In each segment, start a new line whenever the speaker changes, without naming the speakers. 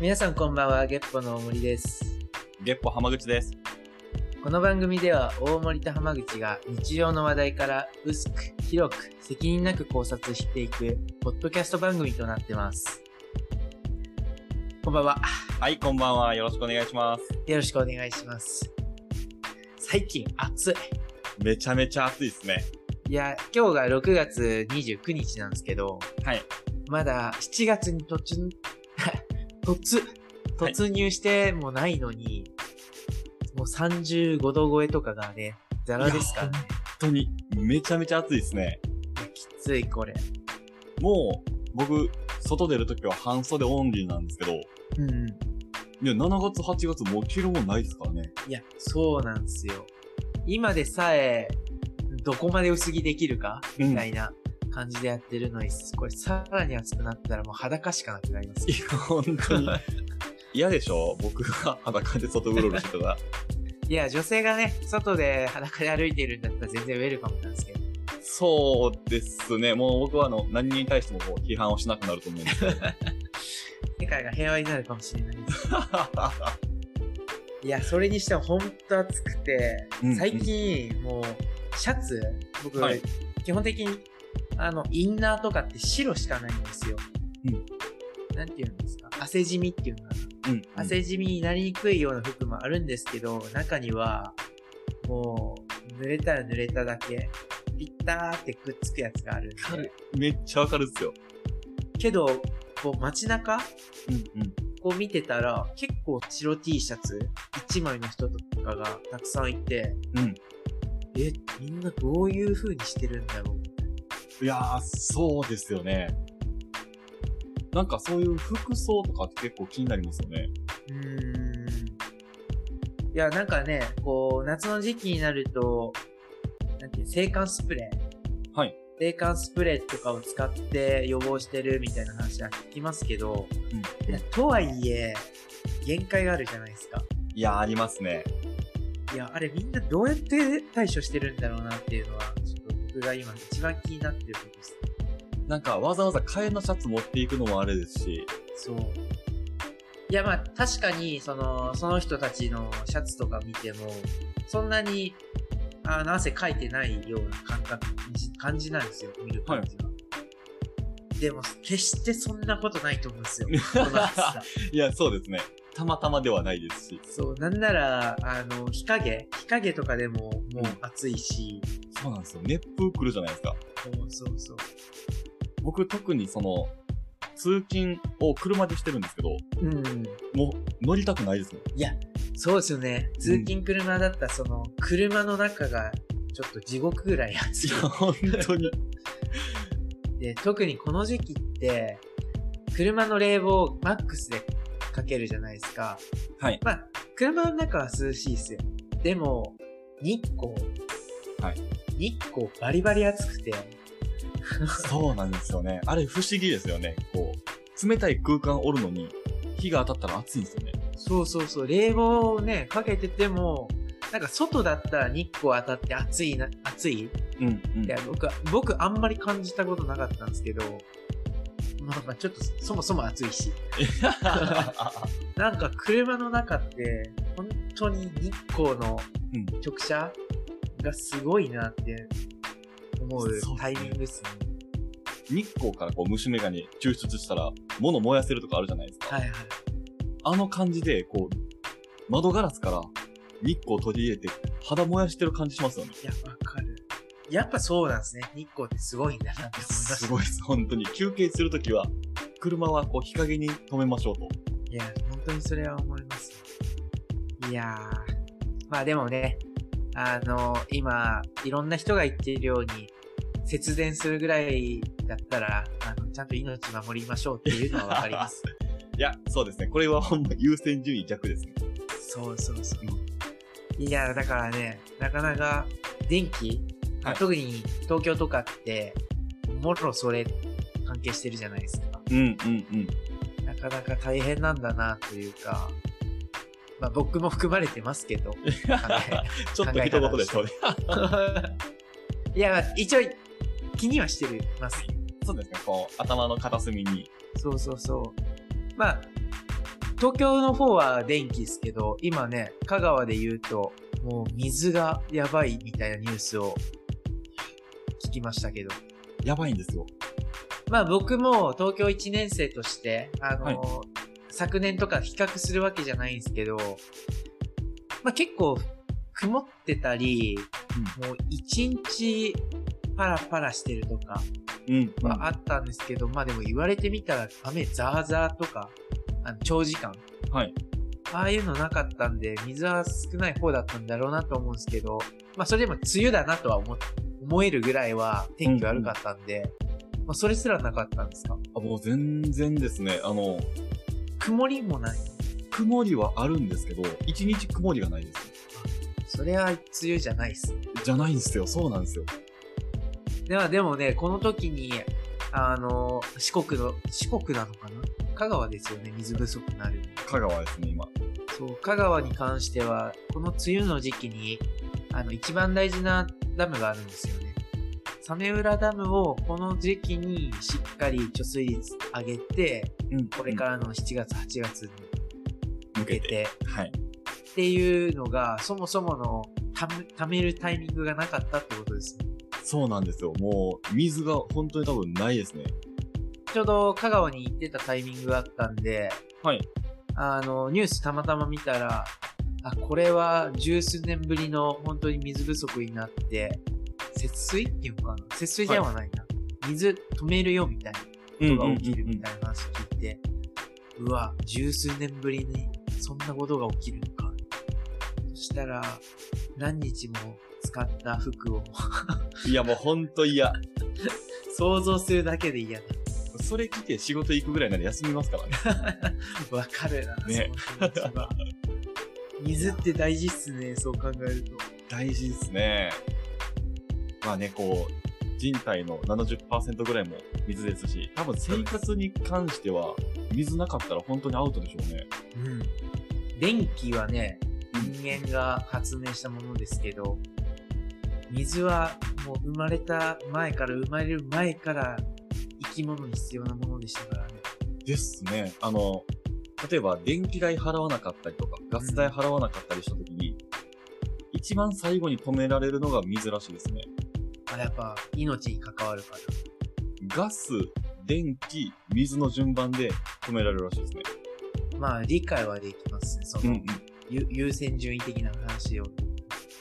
皆さんこんばんは、ゲッポの大森です。
ゲッポ浜口です。
この番組では大森と浜口が日常の話題から薄く、広く、責任なく考察していく、ポッドキャスト番組となってます。こんばんは。
はい、こんばんは。よろしくお願いします。
よろしくお願いします。最近暑い。
めちゃめちゃ暑いですね。
いや、今日が6月29日なんですけど、
はい。
まだ7月に突入、 突、突入してもないのに、もう35度超えとかがね、ザラですからね。
本当に、めちゃめちゃ暑いですね。
きついこれ。
もう、僕、外出るときは半袖オンリーなんですけど、い
うんうん。
や、7月、8月、もう着るもんないですからね。
いや、そうなんですよ。今でさえ、どこまで薄着できるか
う
み
い
た
や、
いな感じでやってるのに、これさらに暑くなったらもう裸しかなくなりますよ。
本当 に。嫌でしょ僕が裸で外うろうろしてたら。
いや、女性がね、外で裸で歩いてるんだったら全然ウェルカムなんですけど。
そうですね。もう僕は、あの、何に対してもこう批判をしなくなると思うんです けど。
世界が平和になるかもしれないです。いや、それにしてもほんと暑くて、
うん
最近もう、シャツ、僕、
はい
基本的に、あの、インナーとかって白しかないんですよ。
うん
なんて言うんですか汗染みっていうのかな
うん、うん
汗染みになりにくいような服もあるんですけど、中には、もう、濡れたら濡れただけ、ピッターってくっつくやつがあるん
わか
で
る。めっちゃわかるっすよ。
けど、こう街中
うんうん。
こう見てたら、結構白 T シャツ1枚の人とかがたくさんいて、
うん。
え、みんなどういう風にしてるんだろう
いやー、そうですよね。なんかそういう服装とかって結構気になりますよね。
うーん。いや、なんかね、こう、夏の時期になると、なんていう、制汗スプレー。
はい。
制汗スプレーとかを使って予防してるみたいな話は聞きますけど、いやとはいえ、限界があるじゃないですか。
いやー、ありますね。
いや、あれみんなどうやって対処してるんだろうなっていうのは、ちょっと僕が今一番気になってることです。
なんかわざわざ替えのシャツ持っていくのもあれですし。
そう。いや、まあ、確かに、その、その人たちのシャツとか見ても、そんなに、あの、汗かいてないような感覚、感じなんですよ、見る感じは。でも、決してそんなことないと思うんですよ、この暑さ
いや、そうですね。たまたまではないですし。
そう、なんなら、あの、日陰日陰とかでも、もう暑いし、
そうなんですよ。熱風来るじゃないですか。
もうそうそう。
僕特にその、通勤を車でしてるんですけど、
うん。
もう乗りたくないですもん。
そうですよね。通勤車だったら、その、車の中が、ちょっと地獄ぐらい暑
い
い
や、。本当に。
で、 特にこの時期って、車の冷房マックスでかけるじゃないですか。
はい。
まあ、車の中は涼しいですよ。でも、日光。
はい
日光バリバリ暑くて、
そうなんですよね。あれ不思議ですよね。こう、冷たい空間おるのに、火が当たったら暑いんですよね。
そうそうそう、冷房をね、かけてても、なんか外だったら日光当たって暑いな、暑い
うん、うん
いや、僕は、僕あんまり感じたことなかったんですけど、まあまあちょっとそもそも暑いし。なんか車の中って、本当に日光の
うん
直射がすごいなって思う
そう
タイミングですね。
日光からこう虫眼鏡抽出したら、物燃やせるとかあるじゃないですか。
はいはい。
あの感じで、こう、窓ガラスから日光を取り入れて、肌燃やしてる感じしますよね。
いや、わかる。やっぱそうなんですね。日光ってすごいんだなって思いまし
す
た。
ごいです、本当に。休憩するときは、車はこう日陰に止めましょうと。
いや、本当にそれは思います。いやー、まあでもね、あの、今、いろんな人が言っているように、節電するぐらいだったら、あの、ちゃんと命守りましょうっていうのはわかり ます。
いや、そうですね。これはほんま優先順位弱ですね。
そうそうそう。いや、だからね、なかなか、電気、
はい
特に東京とかって、もろそれ関係してるじゃないですか。
うんうんうん。
なかなか大変なんだな、というか、まあ僕も含まれてますけ ど、あの
ちょっと一言です、それ。
いや、まあ一応、気にはしてるます。
そうですね。こう、頭の片隅に。
そうそうそう。まあ、東京の方は電気ですけど、今ね、香川で言うと、もう水がやばいみたいなニュースを聞きましたけど。
やばいんですよ。
まあ僕も東京1年生として、あの、昨年とか比較するわけじゃないんですけど、まあ結構曇ってたり、もう一日パラパラしてるとか、
うん。
まああったんですけど、まあでも言われてみたら雨ザーザーとか、あの長時間。
はい。
ああいうのなかったんで、水は少ない方だったんだろうなと思うんですけど、まあそれでも梅雨だなとは思っ思えるぐらいは天気悪かったんで、まあそれすらなかったんですか
あ、もう全然ですね。あの、
曇りもない。
曇りはあるんですけど、一日曇りがないです。
それは梅雨じゃないっす。
じゃないんですよ。そうなんですよ。
ではでもね、この時に、あの、四国の、四国なのかな香川ですよね、水不足になる。
香川ですね、今。
そう、香川に関しては、この梅雨の時期に、あの、一番大事なダムがあるんですよね。サメ浦ダムをこの時期にしっかり貯水率上げて、
うん。
これからの7月、8月に
ら向
向け
けて。
て、
はい。
っていうのが、そもそものため、ためるタイミングがなかったってことですね。
そうなんですよ。もう、水が本当に多分ないですね。
ちょうど香川に行ってたタイミングがあったんで、
はい。
あの、ニュースたまたま見たら、あ、これは十数年ぶりの本当に水不足になって、節水っていうのかな節水ではないな。水止めるよみたいな
うん
ことが起きるみたいな話聞いて、うわ、十数年ぶりにそんなことが起きるのか。そしたら、何日も使った服を
いや、もう本当嫌。
想像するだけで嫌だ。
それ来て仕事行くぐらいなら休みますからね。
わかるな、
ね
その気持ちは水って大事っすね、そう考えると。
大事ですね。まあね、こう、人体の70%ぐらいも水ですし、多分生活に関しては、水なかったら本当にアウトでしょうね。
うん。電気はね、
うん
人間が発明したものですけど、水はもう生まれた前から、生まれる前から生き物に必要なものでしたからね。
ですね。あの、例えば電気代払わなかったりとか、ガス代払わなかったりした時に、一番最後に止められるのが水らしいですね。
あやっぱ命に関わるから。
ガス、電気、水の順番で止められるらしいですね。
まあ理解はできますね。その、
うん。
ゆ優先順位的な話を。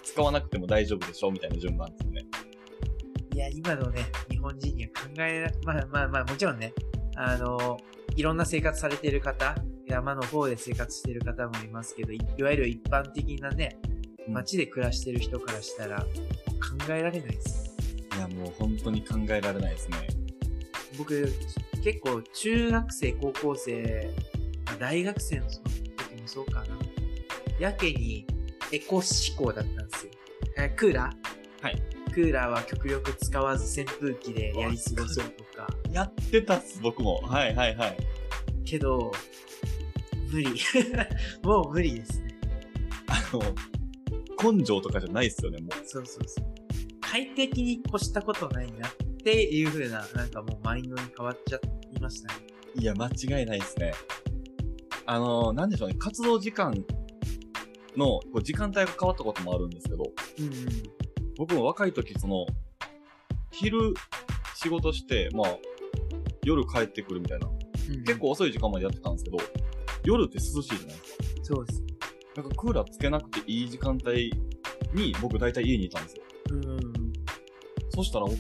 使わなくても大丈夫でしょみたいな順番ですね。
いや、今のね、日本人には考えら、まあまあまあ、もちろんね、あの、いろんな生活されてる方、山の方で生活してる方もいますけど、いいわゆる一般的なね、
うん
街で暮らしてる人からしたら、考えられないです。
いや、もう本当に考えられないですね。
僕、結構、中学生、高校生、まあ大学生のその時もそうかな。やけに、エコ思考だったんですよ。えークーラー
はい。
クーラーは極力使わず扇風機でやり過ごそうとか。
やってたっす、僕も。はいはいはい。
けど、無理。 もう無理ですね。
あの、根性とかじゃないっすよね、も
そうそうそう。快適に越したことないなっていう風な、なんかもうマインドに変わっちゃいましたね。
う。いや、間違いないっすね。あの、なんでしょうね、活動時間の、こう時間帯が変わったこともあるんですけど、
うんうん。
僕も若い時、その、昼、仕事して、まあ、夜帰ってくるみたいな、結。構遅い時間までやってたんですけど、夜って涼しいじゃないですか
そうです。
なんかクーラーつけなくていい時間帯に僕大体家にいたんですよ。
うんうん。
そしたら僕、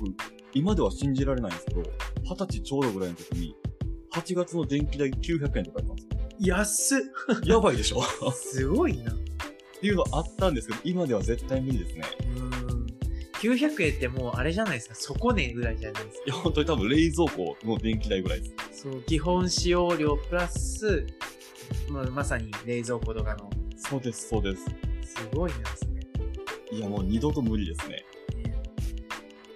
今では信じられないんですけど、二十歳ちょうどぐらいの時に、8月の電気代900円とかやったんです
安っ
よ。やばいでしょっ
すごいな。
ていうのあったんですけど、今では絶対無理ですね。
うん。900円ってもうあれじゃないですか。底値ぐらいじゃないです
いや、本当に多分冷蔵庫の電気代ぐらいです。
か。そう、基本使用量プラス、まあ、まさに冷蔵庫とかの、
そうです、そうです。
すごいなですね。
いや、もう二度と無理ですね。
ね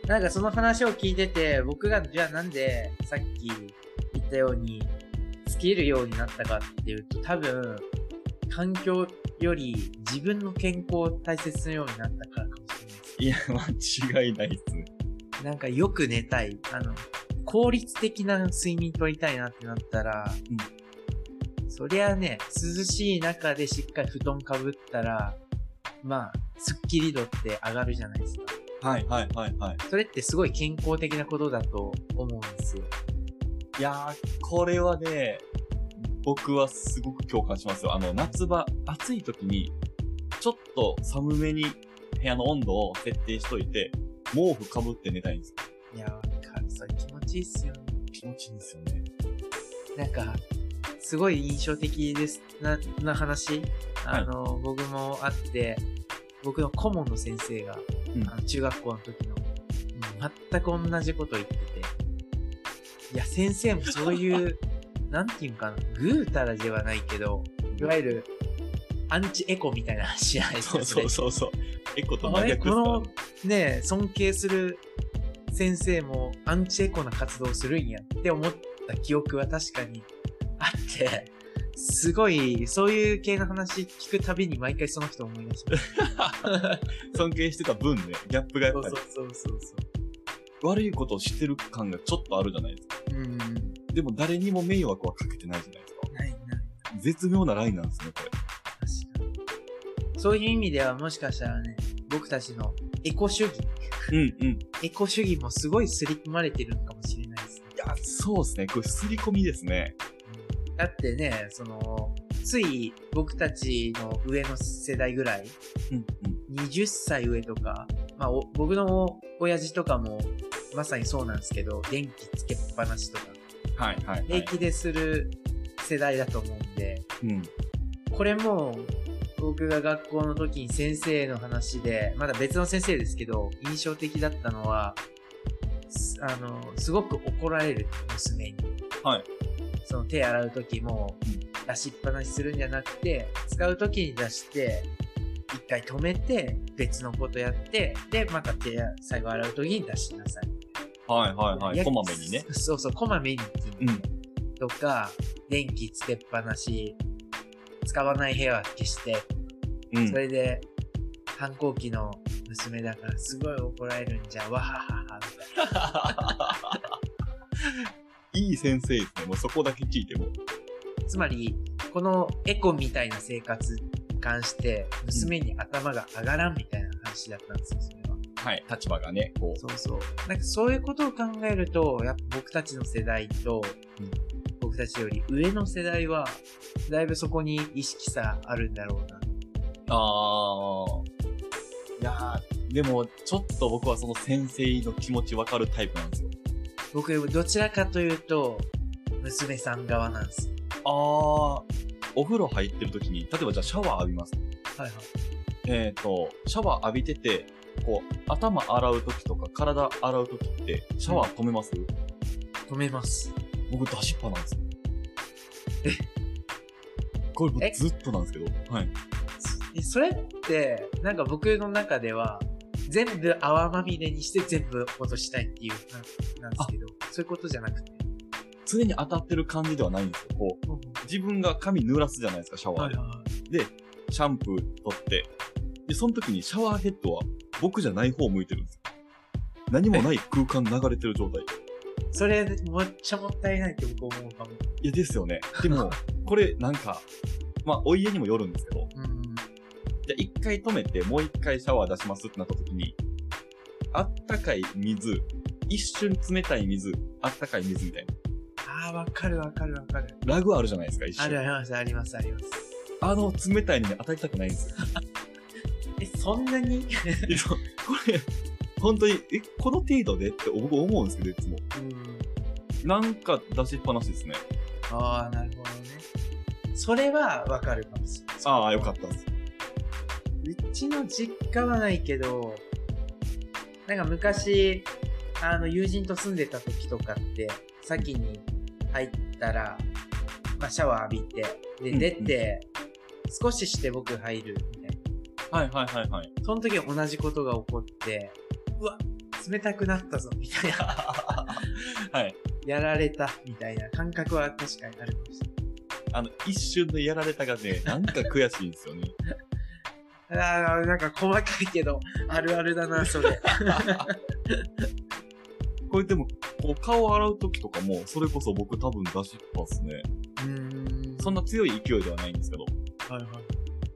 なんかその話を聞いてて、僕がじゃあなんでさっき言ったように、スキるようになったかっていうと、多分、環境より自分の健康を大切にするようになったからかもしれないです。
いや、間違いないですね。
なんかよく寝たい。あの、効率的な睡眠取りたいなってなったら、
うん
そりゃね、涼しい中でしっかり布団かぶったら、まあ、スッキリ度って上がるじゃないですか。
はいはいはいはい。
それってすごい健康的なことだと思うんですよ。
いやー、これはね、僕はすごく共感しますよ。あの、夏場、暑い時に、ちょっと寒めに部屋の温度を設定しといて、毛布かぶって寝たいんですよ。
いや、わかる。それ気持ちいいっすよね。
気持ちいいんですよね。
なんか、すごい印象的です、な、な話。あの、僕もあって、僕の顧問の先生が、
うん
あの中学校の時の、全く同じこと言ってて、いや、先生もそう いう、なんていうんかな、ぐうたらではないけど、いわゆる、アンチエコみたいな話じゃないです
そ
か。
う
それ
そうそう そう。エコと
あ
真
れこ
逆ですから
の、ね、尊敬する先生もアンチエコな活動するんやって思った記憶は確かにあって、すごい、そういう系の話聞くたびに毎回その人思い出します。
尊敬してた分ね、ギャップがやっ
そ
ぱ
う
り
そうそうそう
悪いことを知ってる感がちょっとあるじゃないですか。
そう。うん。
でも誰にも迷惑はかけてないじゃないですか。
ないない。
絶妙なラインなんですね、これ。
確かに。そういう意味ではもしかしたらね、僕たちのエコ主義、
うんうん。い
エコ主義もすごい刷り込まれてるのかもしれないですね。
や、そうですね。これ、すり込みですね。
だってね、その、つい僕たちの上の世代ぐらい、
うんうん。
20歳上とか、まあ、お僕の親父とかも、まさにそうなんですけど、電気つけっぱなしとか、
はいはい、はい。
平気でする世代だと思うんで、
うん。
これも、僕が学校の時に先生の話で、まだ別の先生ですけど、印象的だったのは、すあの、すごく怒られる、娘に。
はい。
その手洗う時も
うん、
出しっぱなしするんじゃなくて、使う時に出して、一回止めて、別のことやって、で、また手、最後洗う時に出しなさい。
はいはいはい。
や
こまめにね。。
そうそう、こまめにっていう
うん。
とか、電気つけっぱなし、使わない部屋は消して、
うん
そ。れで、反抗期の娘だからすごい怒られるんじゃん、わははは。
いい先生ですね。もうそこだけ聞いても。
つまり、このエコみたいな生活に関して、娘に頭が上がらんみたいな話だったんですよ、それは。
はい。立場がね、こ
そうそう。なんかそういうことを考えると、やっぱ僕たちの世代と
うん、
僕たちより上の世代は、だいぶそこに意識さあるんだろうな。
う。あー。いやー、でも、ちょっと僕はその先生の気持ちわかるタイプなんですよ。
僕、どちらかというと、娘さん側なんですよ。
あー。お風呂入ってる時に、例えばじゃあシャワー浴びます。
はいはい。
えっ、と、シャワー浴びてて、こう、頭洗う時とか体洗う時って、シャワー止めます、
止めます。
僕出しっぱなんですよ。これ僕
え
ずっとなんですけど。はい。
えそれって、なんか僕の中では、全部泡まみれにして全部落としたいっていうな、なんですけど、そういうことじゃなくて。
常に当たってる感じではないんですよ。こう、自分が髪濡らすじゃないですか、シャワー
はい
で。
は
シャンプー取って。で、その時にシャワーヘッドは僕じゃない方向いてるんですよ。何もない空間流れてる状態。
い。それ、めっちゃもったいないって僕思うかも。
いや、ですよね。でも、これなんか、まあ、お家にもよるんですけど、
うんうん。
じゃあ一回止めて、もう一回シャワー出しますってなった時に、あったかい水、一瞬冷たい水、あったかい水みたいな。
ああ、わかるわかるわかる。
ラグあるじゃないですか、一
あるあ
瞬。
ります、あります、あります。
あの冷たいのに当たりたくないん ですよ。
え、そんな に
でそうこれ、本当に、え、この程度でって僕思うんですけど、いつも。
うん。
なんか出しっぱなしですね。
ああ、なるほどね。それはわかるかもしれない。
ああ、よかったです。
うちの実家はないけど、なんか昔、あの、友人と住んでた時とかって、先に入ったら、まあ、シャワー浴びて、
うん
で、出て、少しして僕入るみたい
はいはいはいはい。
な。その時同じことが起こって、うわ、冷たくなったぞ、みたいな。
はい。
やられた、みたいな感覚は確かにあるかもしれ
あの、一瞬のやられたがね、なんか悔しいんですよね。
ない。ああ、なんか細かいけど、あるあるだな、そ れ。
これでも、こう顔洗う時とかも、それこそ僕多分出しっぱっすね。
うーん。
そんな強い勢いではないんですけど、
はいはい。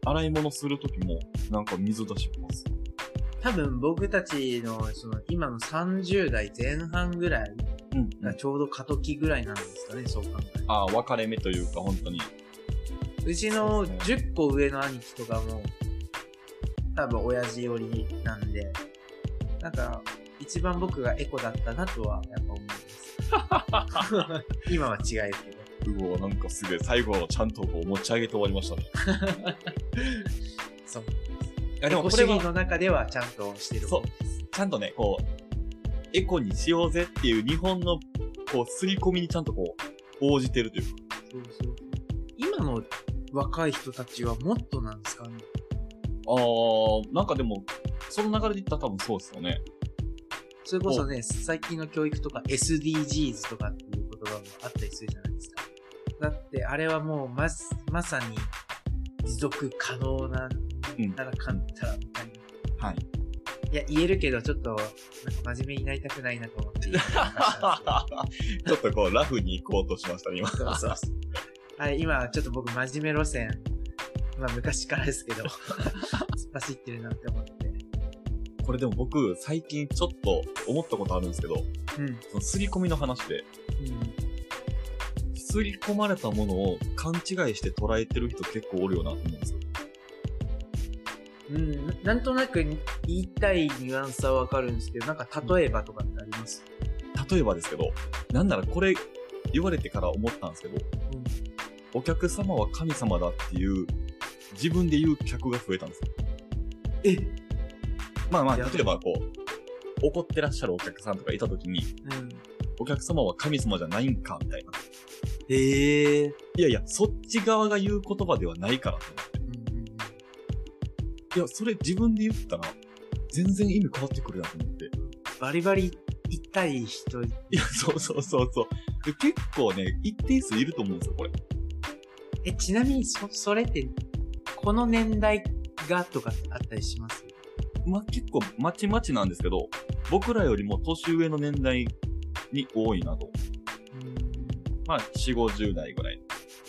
洗い物するときも、なんか水出します。
多分僕たちの、その、今の30代前半ぐらい
うん。
がちょうど過渡期ぐらいなんですかね、そう考える
ああ、分かれ目というか、本当に。
とうちの
そうです
10個上の兄貴とかも、多分親父寄りなんで、なんか、一番僕がエコだったなとは、やっぱ思います。 今は違いですけど。
うわ、なんかすごい、最後はちゃんとこう持ち上げて終わりましたね。
そう。
いや、で
エ
も
コ
こ
主
れ
義
は、
の中ではちゃんとしてる。
そう。ちゃんとね、こう、エコにしようぜっていう日本の、こう、刷り込みにちゃんとこう、応じてるというか。
そうそう。今の若い人たちはもっとなんですかね。
ああ、なんかでも、その流れで言ったら多分そうですよね。
それこそね、最近の教育とか SDGs とかっていう言葉もあったりするじゃないですか。だって、あれはもうまさ、まさに持続可能な、
うん
ならかんたらみたいな。
はい
いや、言えるけど、ちょっと、なんか真面目になりたくないなと思って言いま した。
ちょっとこう、ラフに行こうとしましたね、今。
そうそうそう。はい、今、ちょっと僕、真面目路線、まあ、昔からですけど、突っ 走ってるなって思って。
これでも僕、最近ちょっと思ったことあるんですけど、
うん。う
その刷り込みの話で、
ん。
刷り込まれたものを勘違いして捉えてる人結構おるよなと思うんですよ。
うん、ななんとなく言いたいニュアンスはわかるんですけど、なんか例えばとかってあります、
例えばですけど、なんならこれ言われてから思ったんですけど、
うん、
お客様は神様だっていう、自分で言う客が増えたんですよ。
え
まあまあ、
いや
例えばこう、怒ってらっしゃるお客さんとかいた時に、
うん。
お客様は神様じゃないんか、みたいな。
ええ
いやいや、そっち側が言う言葉ではないからと思って。
うんうん
いや、それ自分で言ったら、全然意味変わってくるなと思って。
バリバリ言いたい人、
いや、そうそうそうそう。で結構ね、一定数いると思うんですよ、これ。
え、ちなみにそ、それって、この年代がとかってあったりします
まあ、結構、まちまちなんですけど、僕らよりも年上の年代に多いなと。
うん。
まあ、4、50代ぐらい。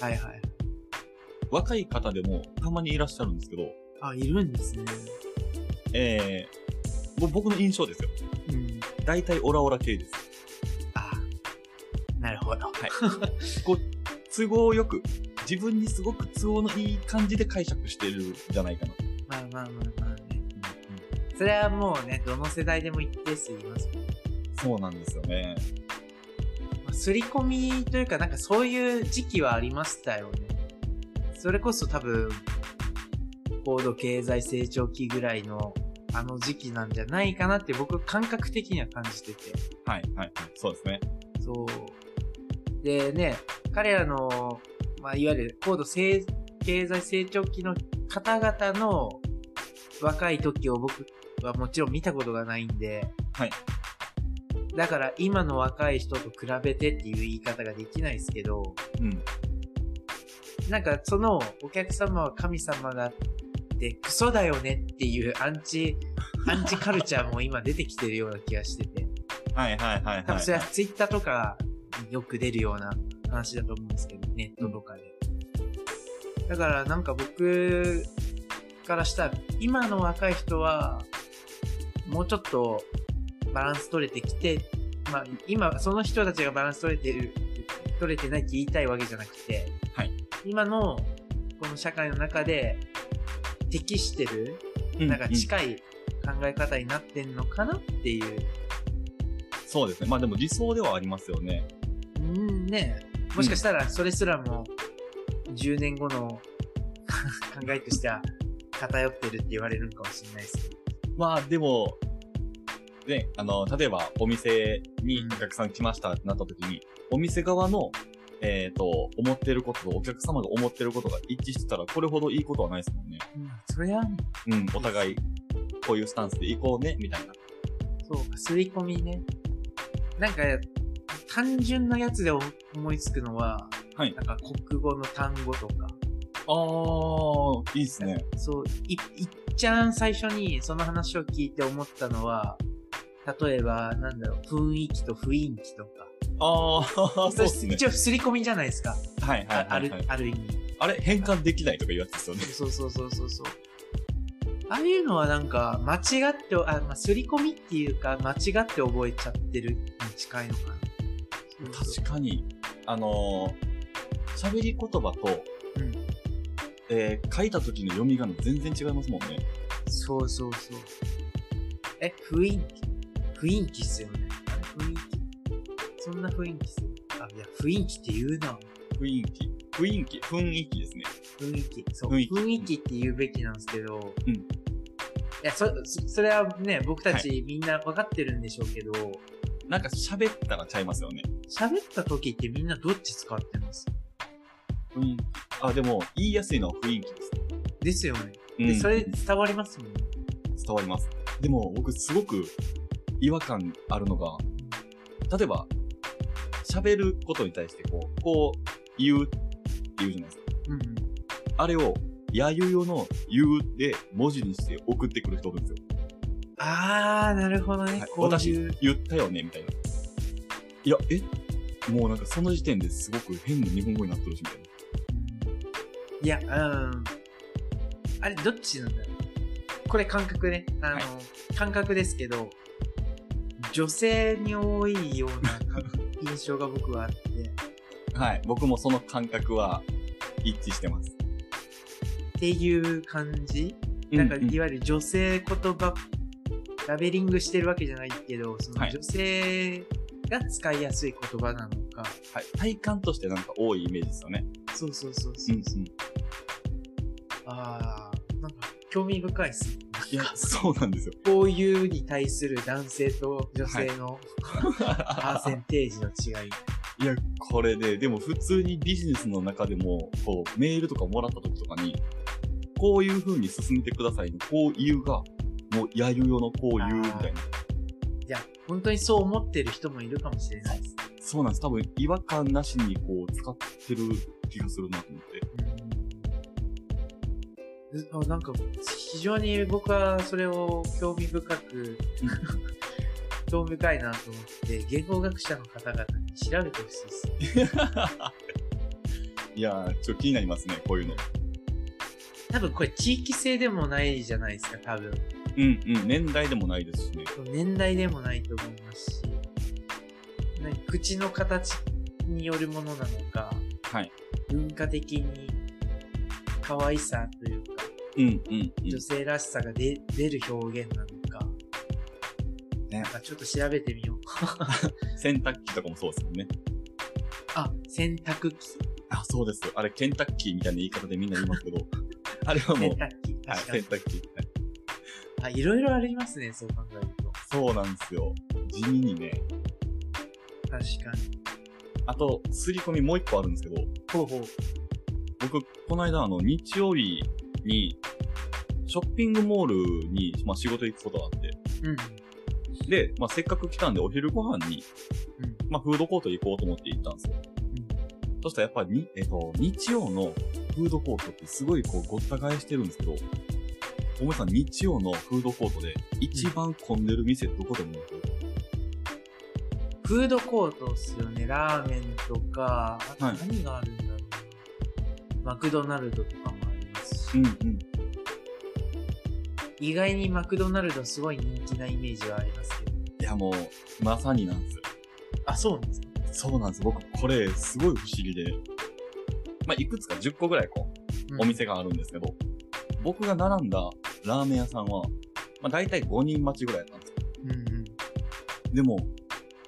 はいはい。
若い方でもたまにいらっしゃるんですけど、
あ、いるんですね。
えー、ぼ僕の印象ですよ。
うん。
大体オラオラ系です。
あ、なるほど。
都合よく、自分にすごく都合のいい感じで解釈してるんじゃないかな。
まあまあまあまあね。それはもうね、どの世代でも一定数いますもんね
そうなんですよね。
まあ刷り込みというか、なんかそういう時期はありましたよね。それこそ多分、高度経済成長期ぐらいのあの時期なんじゃないかなって僕感覚的には感じてて。
はい、はい、はい。そうですね。
そう。でね、彼らの、まあ、いわゆる高度成経済成長期の方々の若い時を僕はもちろん見たことがないんで、
はい。
だから今の若い人と比べてっていう言い方ができないですけど、
うん。
なんかそのお客様は神様だってクソだよねっていうアンチ、アンチカルチャーも今出てきてるような気がしてて。
はい、はい、はい、
多分
はい
それはツイッターとかによく出るような話だと思うんですけど、ネットとかで。だからなんか僕からしたら、今の若い人は、もうちょっとバランス取れてきて、まあ今、その人たちがバランス取れてる、取れてないって言いたいわけじゃなくて、
はい
今のこの社会の中で適してる
う
なんか
う
近い考え方になってんのかなっていう
そうですね。まあでも理想ではありますよね。
うんねえもしかしたらそれすらも10年後の 考えとしては偏ってるって言われるんかもしれないですけど。
まあでも、ね、あの、例えばお店に
うん
お客さん来ましたってなった時に、お店側の、えっ、と、思ってることとお客様が思ってることが一致してたら、これほどいいことはないですもんね。
うん、そりゃ、
うん、お互い、こういうスタンスで行こうね、みたいな。
そうか、刷り込みね。なんか、単純なやつで思いつくのは、
はい
なんか国語の単語とか、
ああ、いいですね。
そう、い、いっちゃん最初にその話を聞いて思ったのは、例えば、なんだろう、雰囲気と雰囲気とか、
ああ、 そう
そ
で
う
すね。
一応、すり込みじゃないですか。
はいはい
ああ
はい、
る
はい。
ある意味。
あれ、変換できないとか言われてですよね。
そうそうそうそうそう。ああいうのはなんか、間違って、あ、まあ、すり込みっていうか、間違って覚えちゃってるに近いのかな。
確かに、あのー喋り言葉と、
うん
えー書いた時の読み仮名全然違いますもんね。
そうそうそう。え、雰囲気雰囲気っすよね。あれ雰囲気そんな雰囲気っすよ。あ、いや、雰囲気って言うな。
雰囲気。雰囲気。雰囲気ですね。
雰囲気。そう。
雰
雰
囲
囲
気
気って言うべきなんですけど。
うん
いや、そ、そそれはね、僕たちみんな分かってるんでしょうけど、
なんか喋ったらちゃいますよね。
喋った時ってみんなどっち使ってます
雰囲気。あ、でも、言いやすいのは雰囲気ですね。
ですよね。
う
で、
ん。
それ伝わりますもんね。
伝わります。でも、僕すごく違和感あるのが、例えば、喋ることに対してこう、こう、言うって言うじゃないですか。
うんうん。
あれを、やゆよの言うで文字にして送ってくる人おるんですよ。
あー、なるほどね。
はい
こう
私
いう。
言ったよねみたいな。いや、えもうなんかその時点ですごく変な日本語になってるしみたい
いや、うん。あれ、どっちなんだろう。これ感覚ね。あの、
はい
感覚ですけど、女性に多いような感印象が僕はあって、っ
な。はい。僕もその感覚は一致してます。
ていう感じなんか、
うう
いわゆる女性言葉、ラベリングしてるわけじゃないけど、そ
は
の
い
女性が使いやすい言葉なのか、
はい、体感としてなんか多いイメージですよね。
そうそうそうそう。
ん。い
ああ、なんか興味深いっすね。
や、そうなん ですよ。
こういうに対する男性と女性のパーセンテージの違い。
いや、これで、でも普通にビジネスの中でも、こう、メールとかもらった時とかに、こういう風に進めてくださいの、こういうが、もう、やゆよのこういうみたい な。
いや、本当にそう思ってる人もいるかもしれないです。
そうなんです。多分、違和感なしにこう、使ってる気がするなと思って。
うんあなんか、非常に僕はそれを興味深 く、興味深いなと思って、言語学者の方々に調べてほしいです。
いやー、ちょっと気になりますね、こういうの。
多分これ地域性でもないじゃないですか、多分。
うんうん、年代でもないですしね。
年代でもないと思いますし、なんか口の形によるものなのか、
はい
文化的に可愛さというか、
うんうんうん
女性らしさが出出る表現なのか、な
ね
んかちょっと調べてみよう。
洗濯機とかもそうですもんね。
あ、洗濯機。
あ、そうです。あれ、ケンタッキーみたいな言い方でみんな言いますけど、あれはも
洗
う、
濯機。
はい、
確か
洗
に。
濯機。はい
あ、いろいろありますね、そう考えると。
そうなんですよ。地味にね。
確かに。
あと、すり込みもう一個あるんですけど、
ほうほう。
僕、この間、あの、日曜日に、ショッピングモールに、まあ、仕事行くことがあって、
うん。
で、まあ、せっかく来たんで、お昼ご飯に、
うん。
まあ、フードコート行こうと思って行ったんですよ。そしたらやっぱりに、えっと、日曜のフードコートってすごいこうごった返してるんですけど、おめさん、日曜のフードコートで一番混んでる店どこでも、
フードコートっすよね。ラーメンとか、あと
はい
何があるんだろうな、マクドナルドとかもありますし、
んうん。
意外にマクドナルドすごい人気なイメージはありますけど。
いやもう、まさになんですよ。
あ、そうなんですか
そうなんです。僕、これ、すごい不思議で。まあ、いくつか10個ぐらいこう、お店
が。
があるんですけど、僕が並んだラーメン屋さんは、まあ、大体5人待ちぐらいだったんですよ
うんうん。
でも、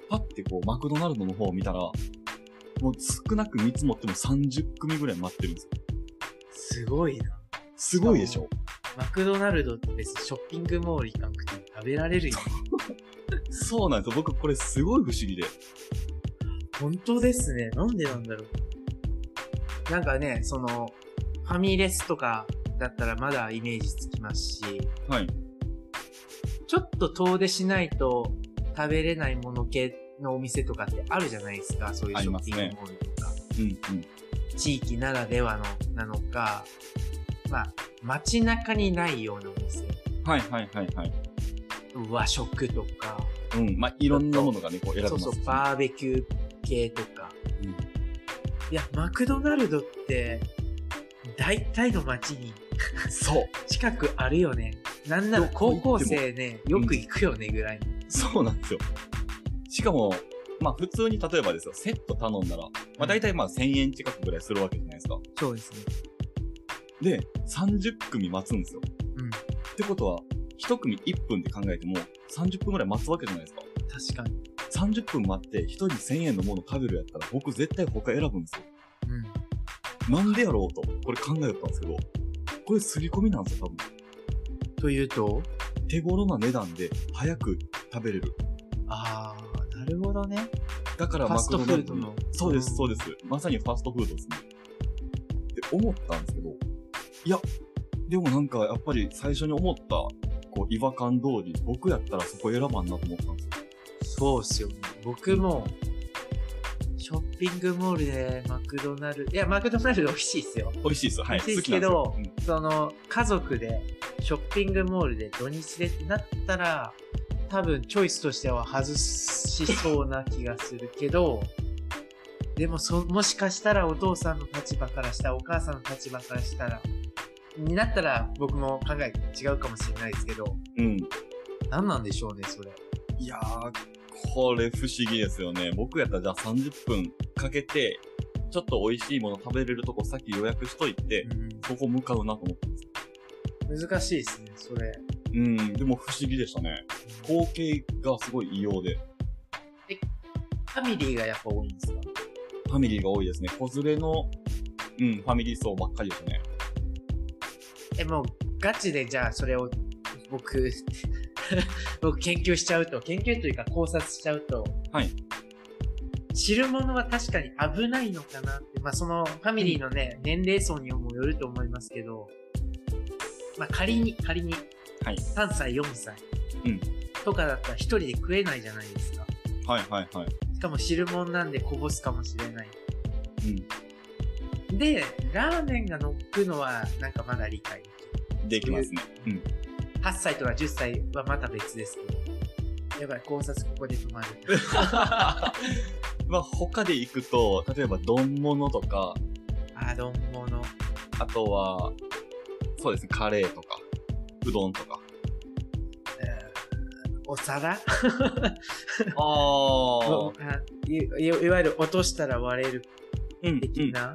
パってこう、マクドナルドの方を見たら、もう少なく見積もっても30組ぐらい待ってるんですよ。
すごいな。
すごいでしょ
マクドナルドって別にショッピングモール行かなくても食べられる よ。
そうなんですよ。僕これすごい不思議で。
本当ですね。なんでなんだろう。なんかね、その、ファミレスとかだったらまだイメージつきますし、
はい。
ちょっと遠出しないと食べれないもの系のお店とかってあるじゃないですか。そういう
あ
シ
り
ョ
ま
ッ
す
ピ
ね
ングモールとか。
うんうん。
地域ならではの、なのか、まあ、街中にないようなお店。
はいはいはいはい。
和食とか、
うん。まあ、いろんなものがね、こう選べ
そ
ま
う
す、
そう、バーベキュー系とか。
うん
いや、マクドナルドって、大体の街に
そう。
近くあるよね。なんなら
どこ
高
行って
校
も
生ね、よく行くよねぐらいの。
そうなんですよ。しかも、まあ普通に例えばですよ、セット頼んだら、まあ大体まあ1000円近くぐらいするわけじゃないですか。
そうですね。
で、30組待つんですよ。
うん
ってことは、1組1分って考えても、30分ぐらい待つわけじゃないですか。
確かに。
30分待って、1人1000円のもの食べるやったら、僕絶対他選ぶんですよ。
うん。
なんでやろうと、これ考えよったんですけど、これ刷り込みなんですよ、多分。
というと、
手頃な値段で、早く食べれる。
あー、なるほどね。
だか
フ
ら
ァ
マ
ス
クド
トフー
ナルド
ド
に
の。
そうです、そう
で
です。まさにファストフードですね。って思ったんですけど、いや、でもなんかやっぱり最初に思った、こう、違和感通り、僕やったらそこ選ばんなと思ったんですよ。
す。そうっすよね。僕も、ショッピングモールでマクドナルド、いや、マクドナルド美味しいっすよ。
美味しいです。はい。
美味
好
しい
き
ですけ
なんです
ど
よ。うん
その、家族で、ショッピングモールで土日でってなったら、多分チョイスとしては外しそうな気がするけど、でもそ、もしかしたらお父さんの立場からしたら、お母さんの立場からしたら、になったら僕も考え違うかもしれないですけど、
うん。
何なんでしょうね、それ。
いやー、これ不思議ですよね。僕やったらじゃあ30分かけて、ちょっと美味しいもの食べれるとこ先予約しといて、そこ向かうなと思ったんですよ。
難しいですね、それ。
うん、でも不思議でしたね。光景がすごい異様で。
ファミリーがやっぱ多いんですか
ファミリーが多いですね。子連れの、うん、ファミリー層ばっかりでしたね。
え、もう、ガチでじゃあ、それを、僕、 僕研究しちゃうと、研究というか考察しちゃうと、
はい。
知るものは確かに危ないのかなって、まあ、そのファミリーのね、年齢層にもよると思いますけど、まあ、仮に、仮に、
はい
3歳、4歳、
うん
とかだったら一人で食えないじゃないですか。
はいはいはい。
しかも汁物なんでこぼすかもしれない。
う
で、ラーメンが乗っくのは、なんかまだ理解できる。
ん。できますね。うん。
8歳とか10歳はまた別ですけど。やばい、考察ここで 止まる。
まあ、他で行くと、例えば、丼物とか、
あ、丼物。
あとは、そうですね、カレーとか、うどんとか。
うんお皿
あ
あいいいわゆる落としたら割れる
ー。うん、う
的
ん。
な。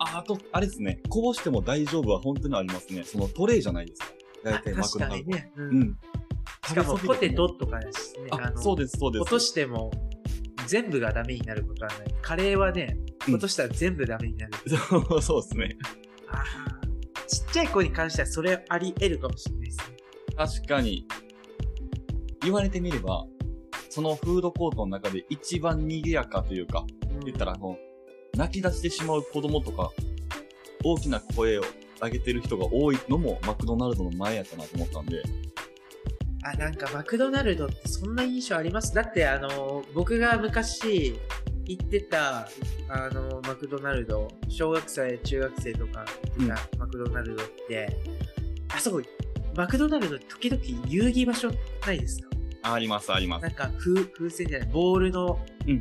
あ、あと、あれですね、こぼしても大丈夫は本当にありますね。そのトレイじゃないですか。
あ
大体マク
確
ド
か
ナ
に
ルド。
ね。う
うんん。
しかも
食べ
ポ
そび
テ
れて
トとかですね。
あ、そうです、そうです。
落としても全部がダメになることはない。カレーはね、
うん
落としたら全部ダメになる。
そうそうですね。
あー ちっちゃい子に関してはそれあり得るかもしれないですね。
確かに。言われてみれば、そのフードコートの中で一番賑やかというか、
うん
言ったら、あの、泣き出してしまう子供とか、大きな声を上げてる人が多いのもマクドナルドの前やったなと思ったんで、
あ、なんかマクドナルドってそんな印象ありますだってあの、僕が昔行ってた、あの、マクドナルド、小学生、中学生とか行ってたマクドナルドって、あそこ、マクドナルド時々遊戯場所ないですか
あります、ありま
な。んか風、風船じゃない、ボールの、
うん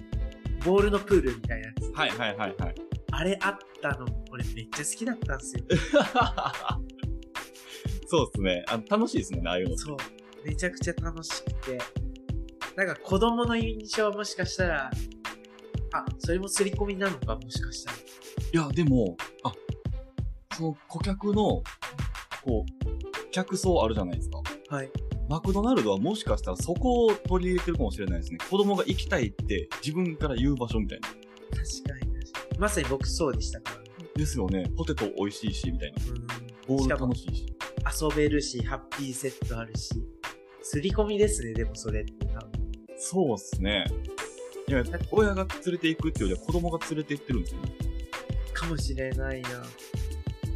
ボールのプールみたいなやつ。
はいはいはいはい。
あれあったの、俺めっちゃ好きだったんですよ。
そうですねあの。楽しいですもんね、ああいうの。
そう。めちゃくちゃ楽しくて。なんか子供の印象はもしかしたら、あ、それも刷り込みなのか、もしかしたら。
いや、でも、あ、その顧客の、こう、客層あるじゃないですか。
はい。
マクドナルドはもしかしたらそこを取り入れてるかもしれないですね。子供が行きたいって自分から言う場所みたいな。
確かに確かに。まさに僕そうでしたからね。
ですよね。ポテト美味しいし、みたいな。
うん。
ボー
し
ル
かも
楽しいし。
遊べるし、ハッピーセットあるし。刷り込みですね、でもそれって多分。
そうっすね。いや、親が連れて行くっていうよりは子供が連れて行ってるんですよね。
かもしれないな。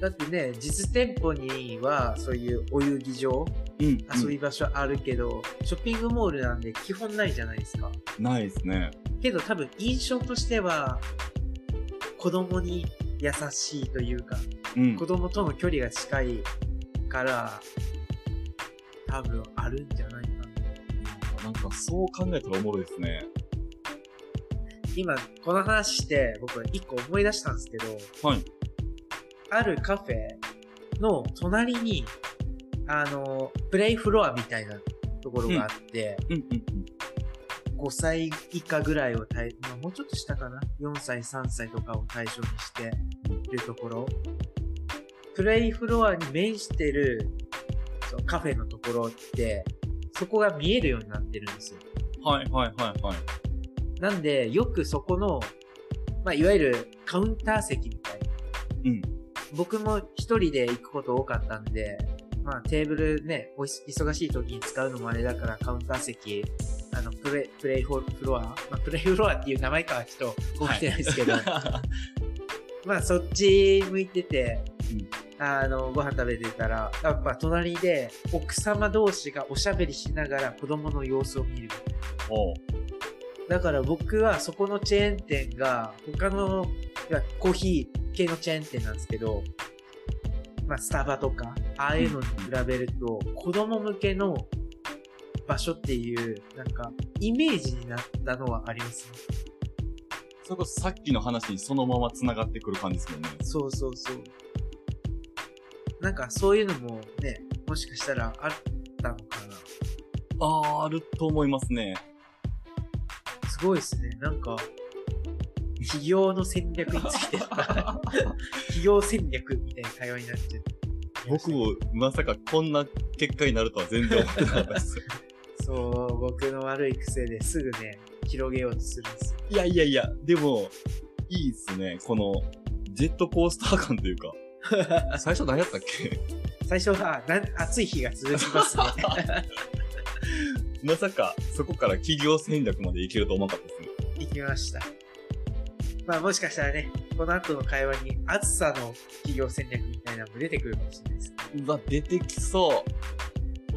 だってね、実店舗にはそういうお遊戯場、
うん。
遊び場所あるけど、ショッピングモールなんで基本ないじゃないですか。
ないですね。
けど多分印象としては子供に優しいというか
うん
子。供との距離が近いから多分あるんじゃないかな
なんかそう考えたらおもろいですね。
今、この話して、僕、一個思い出したんですけど、
はい。
あるカフェの隣に、あの、プレイフロアみたいなところがあって、
うんうんうん。
5歳以下ぐらいを対、まあ、もうちょっと下かな ?4 歳、3歳とかを対象にしているところ。プレイフロアに面してる、そのカフェのところって、そこが見えるようになってるんですよ。
はいはいはいはい。
なんで、よくそこの、まあ、いわゆるカウンター席みたいな。
うん。
僕も一人で行くこと多かったんで、まあ、テーブルね、おいし忙しい時に使うのもあれだから、カウンター席、あの、プレ、プレイフォフロア、まあ、プレイフロアっていう名前かはちょっと覚えてないですけど、 まあ、そっち向いてて、
うん
あの、ご飯食べてたら、やっぱ隣で奥様同士がおしゃべりしながら子供の様子を見るみたいな
おう
だから僕はそこのチェーン店が他のいやコーヒー系のチェーン店なんですけど、まあスタバとか、ああいうのに比べると子供向けの場所っていう、なんかイメージになったのはありますね。
それこそさっきの話にそのまま繋がってくる感じですよね。
そうそうそう。なんかそういうのもね、もしかしたらあったのかな。
あー、あると思いますね。
すごいですね。なんか、企業の戦略についてと か、企業戦略みたいな会話になっちゃう。
僕もまさかこんな結果になるとは全然思ってなかったです。
そう、僕の悪い癖ですぐね、広げようとするん ですよ。
いやいやいや、でも、いいっすね。この、ジェットコースター感というか。最初何やったっけ
最初は、なん暑い日が続きます ね。
まさか、そこから企業戦略までいけると思わなかったですね。
行きました。まあもしかしたらね、この後の会話に暑さの企業戦略みたいなのも出てくるかもしれないです。
うわ、出てきそ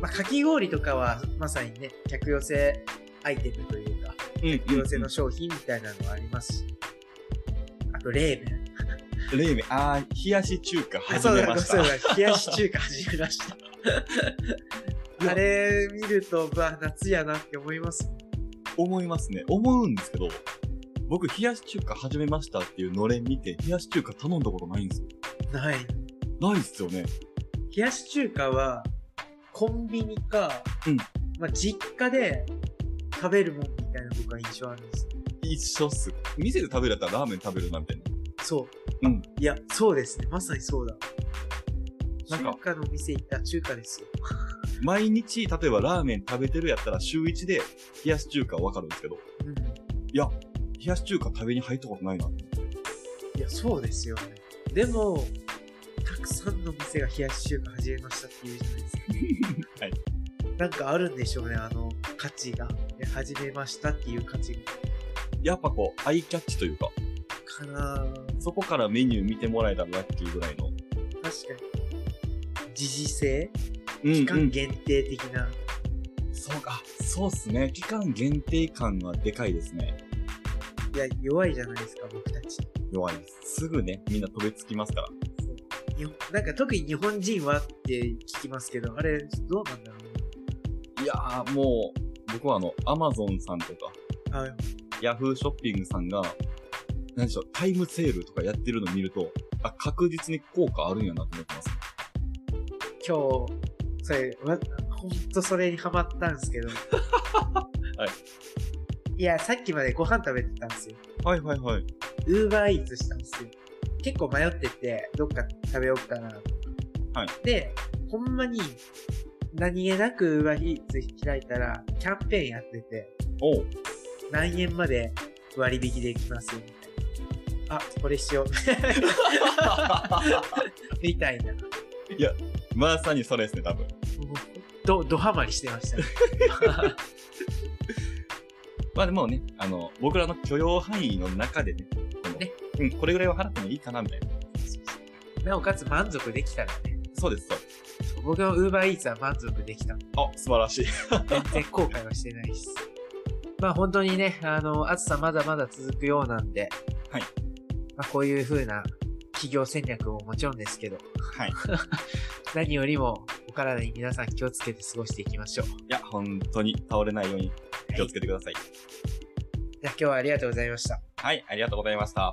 まあかき氷とかはまさにね、客寄せアイテムというか、
う。うん、
寄せの商品みたいなのはありますし、あと冷麺。
冷麺、あー、冷やし中華始
そう
め
だ、
まし
そう
た。
だ、冷やし中華始めました。 あれ見ると、うわ、夏やなって思います。
思いますね。思うんですけど、僕、冷やし中華始めましたっていうのれん見て、冷やし中華頼んだことないんですよ。
ない。
ないっすよね。
冷やし中華は、コンビニか、
うん
まあ、実家で食べるもんみたいな僕は印象あるんです。
一緒っす。店で食べるやったらラーメン食べるな、みたい
そう。
うん
いや、そうですね。まさにそうだ。
な。なん
中
か、
華のお店行ったら中華ですよ。
毎日、例えばラーメン食べてるやったら週1で冷やし中華はわかるんですけど、
うん。
冷やし中華食べに入ったことないなって。
いや、そうですよね。でも、たくさんの店が冷やし中華始めましたって言うじゃないですか。
はい。
なんかあるんでしょうね、あの、価値が。ね始めましたっていう価値が。
やっぱこう、アイキャッチというか、
かなぁ
そこからメニュー見てもらえたらラッキーぐらいの。
確かに。時事性
うん、
期間限定的な。
そうか。そうっすね。期間限定感がでかいですね。
いや、弱いじゃないですか、僕たち。
弱いです。すぐね、みんな飛びつきますから。
日本なんか特に日本人はって聞きますけど、あれ、どうなんだろ
いやー、もう、僕はあの、アマゾンさんとか、
うね。はい。
ヤフーショッピングさんが、何でしょう、タイムセールとかやってるの見ると、あ、確実に効果あるんやなと思ってます。。
今日、それ、わほんとそれにハマったんですけど。はいいや、さっきまでご飯食べてたんですよ。
はいはいはい。
ウーバーイーツしたんですよ。結構迷ってて、どっか食べようかなとか。
はい
で、ほんまに、何気なくウーバーイーツ開いたら、キャンペーンやってて、
おう。
何円まで割引できますよ、みたいな。あ、これしよう。 みたいな。
まさにそれですね、多分。
ど、どハマりしてましたね。
まあでもね、あの、僕らの許容範囲の中でね、この
ね
うん、これぐらいは払ってもいいかな、みたいな。
なおかつ満足できたらね。
そうです、そうです。
僕のウーバーイーツは満足できた。
あ、素晴らしい。
全然後悔はしてないです。 まあ本当にね、あの、暑さまだまだ続くようなんで、
はい。
まあこういう風な企業戦略ももちろんですけど、
はい。い
何よりもお体に皆さん気をつけて過ごしていきましょう。
や、本当に倒れないように気をつけてください
じゃあ今日はありがとうございました。
はい、ありがとうございました。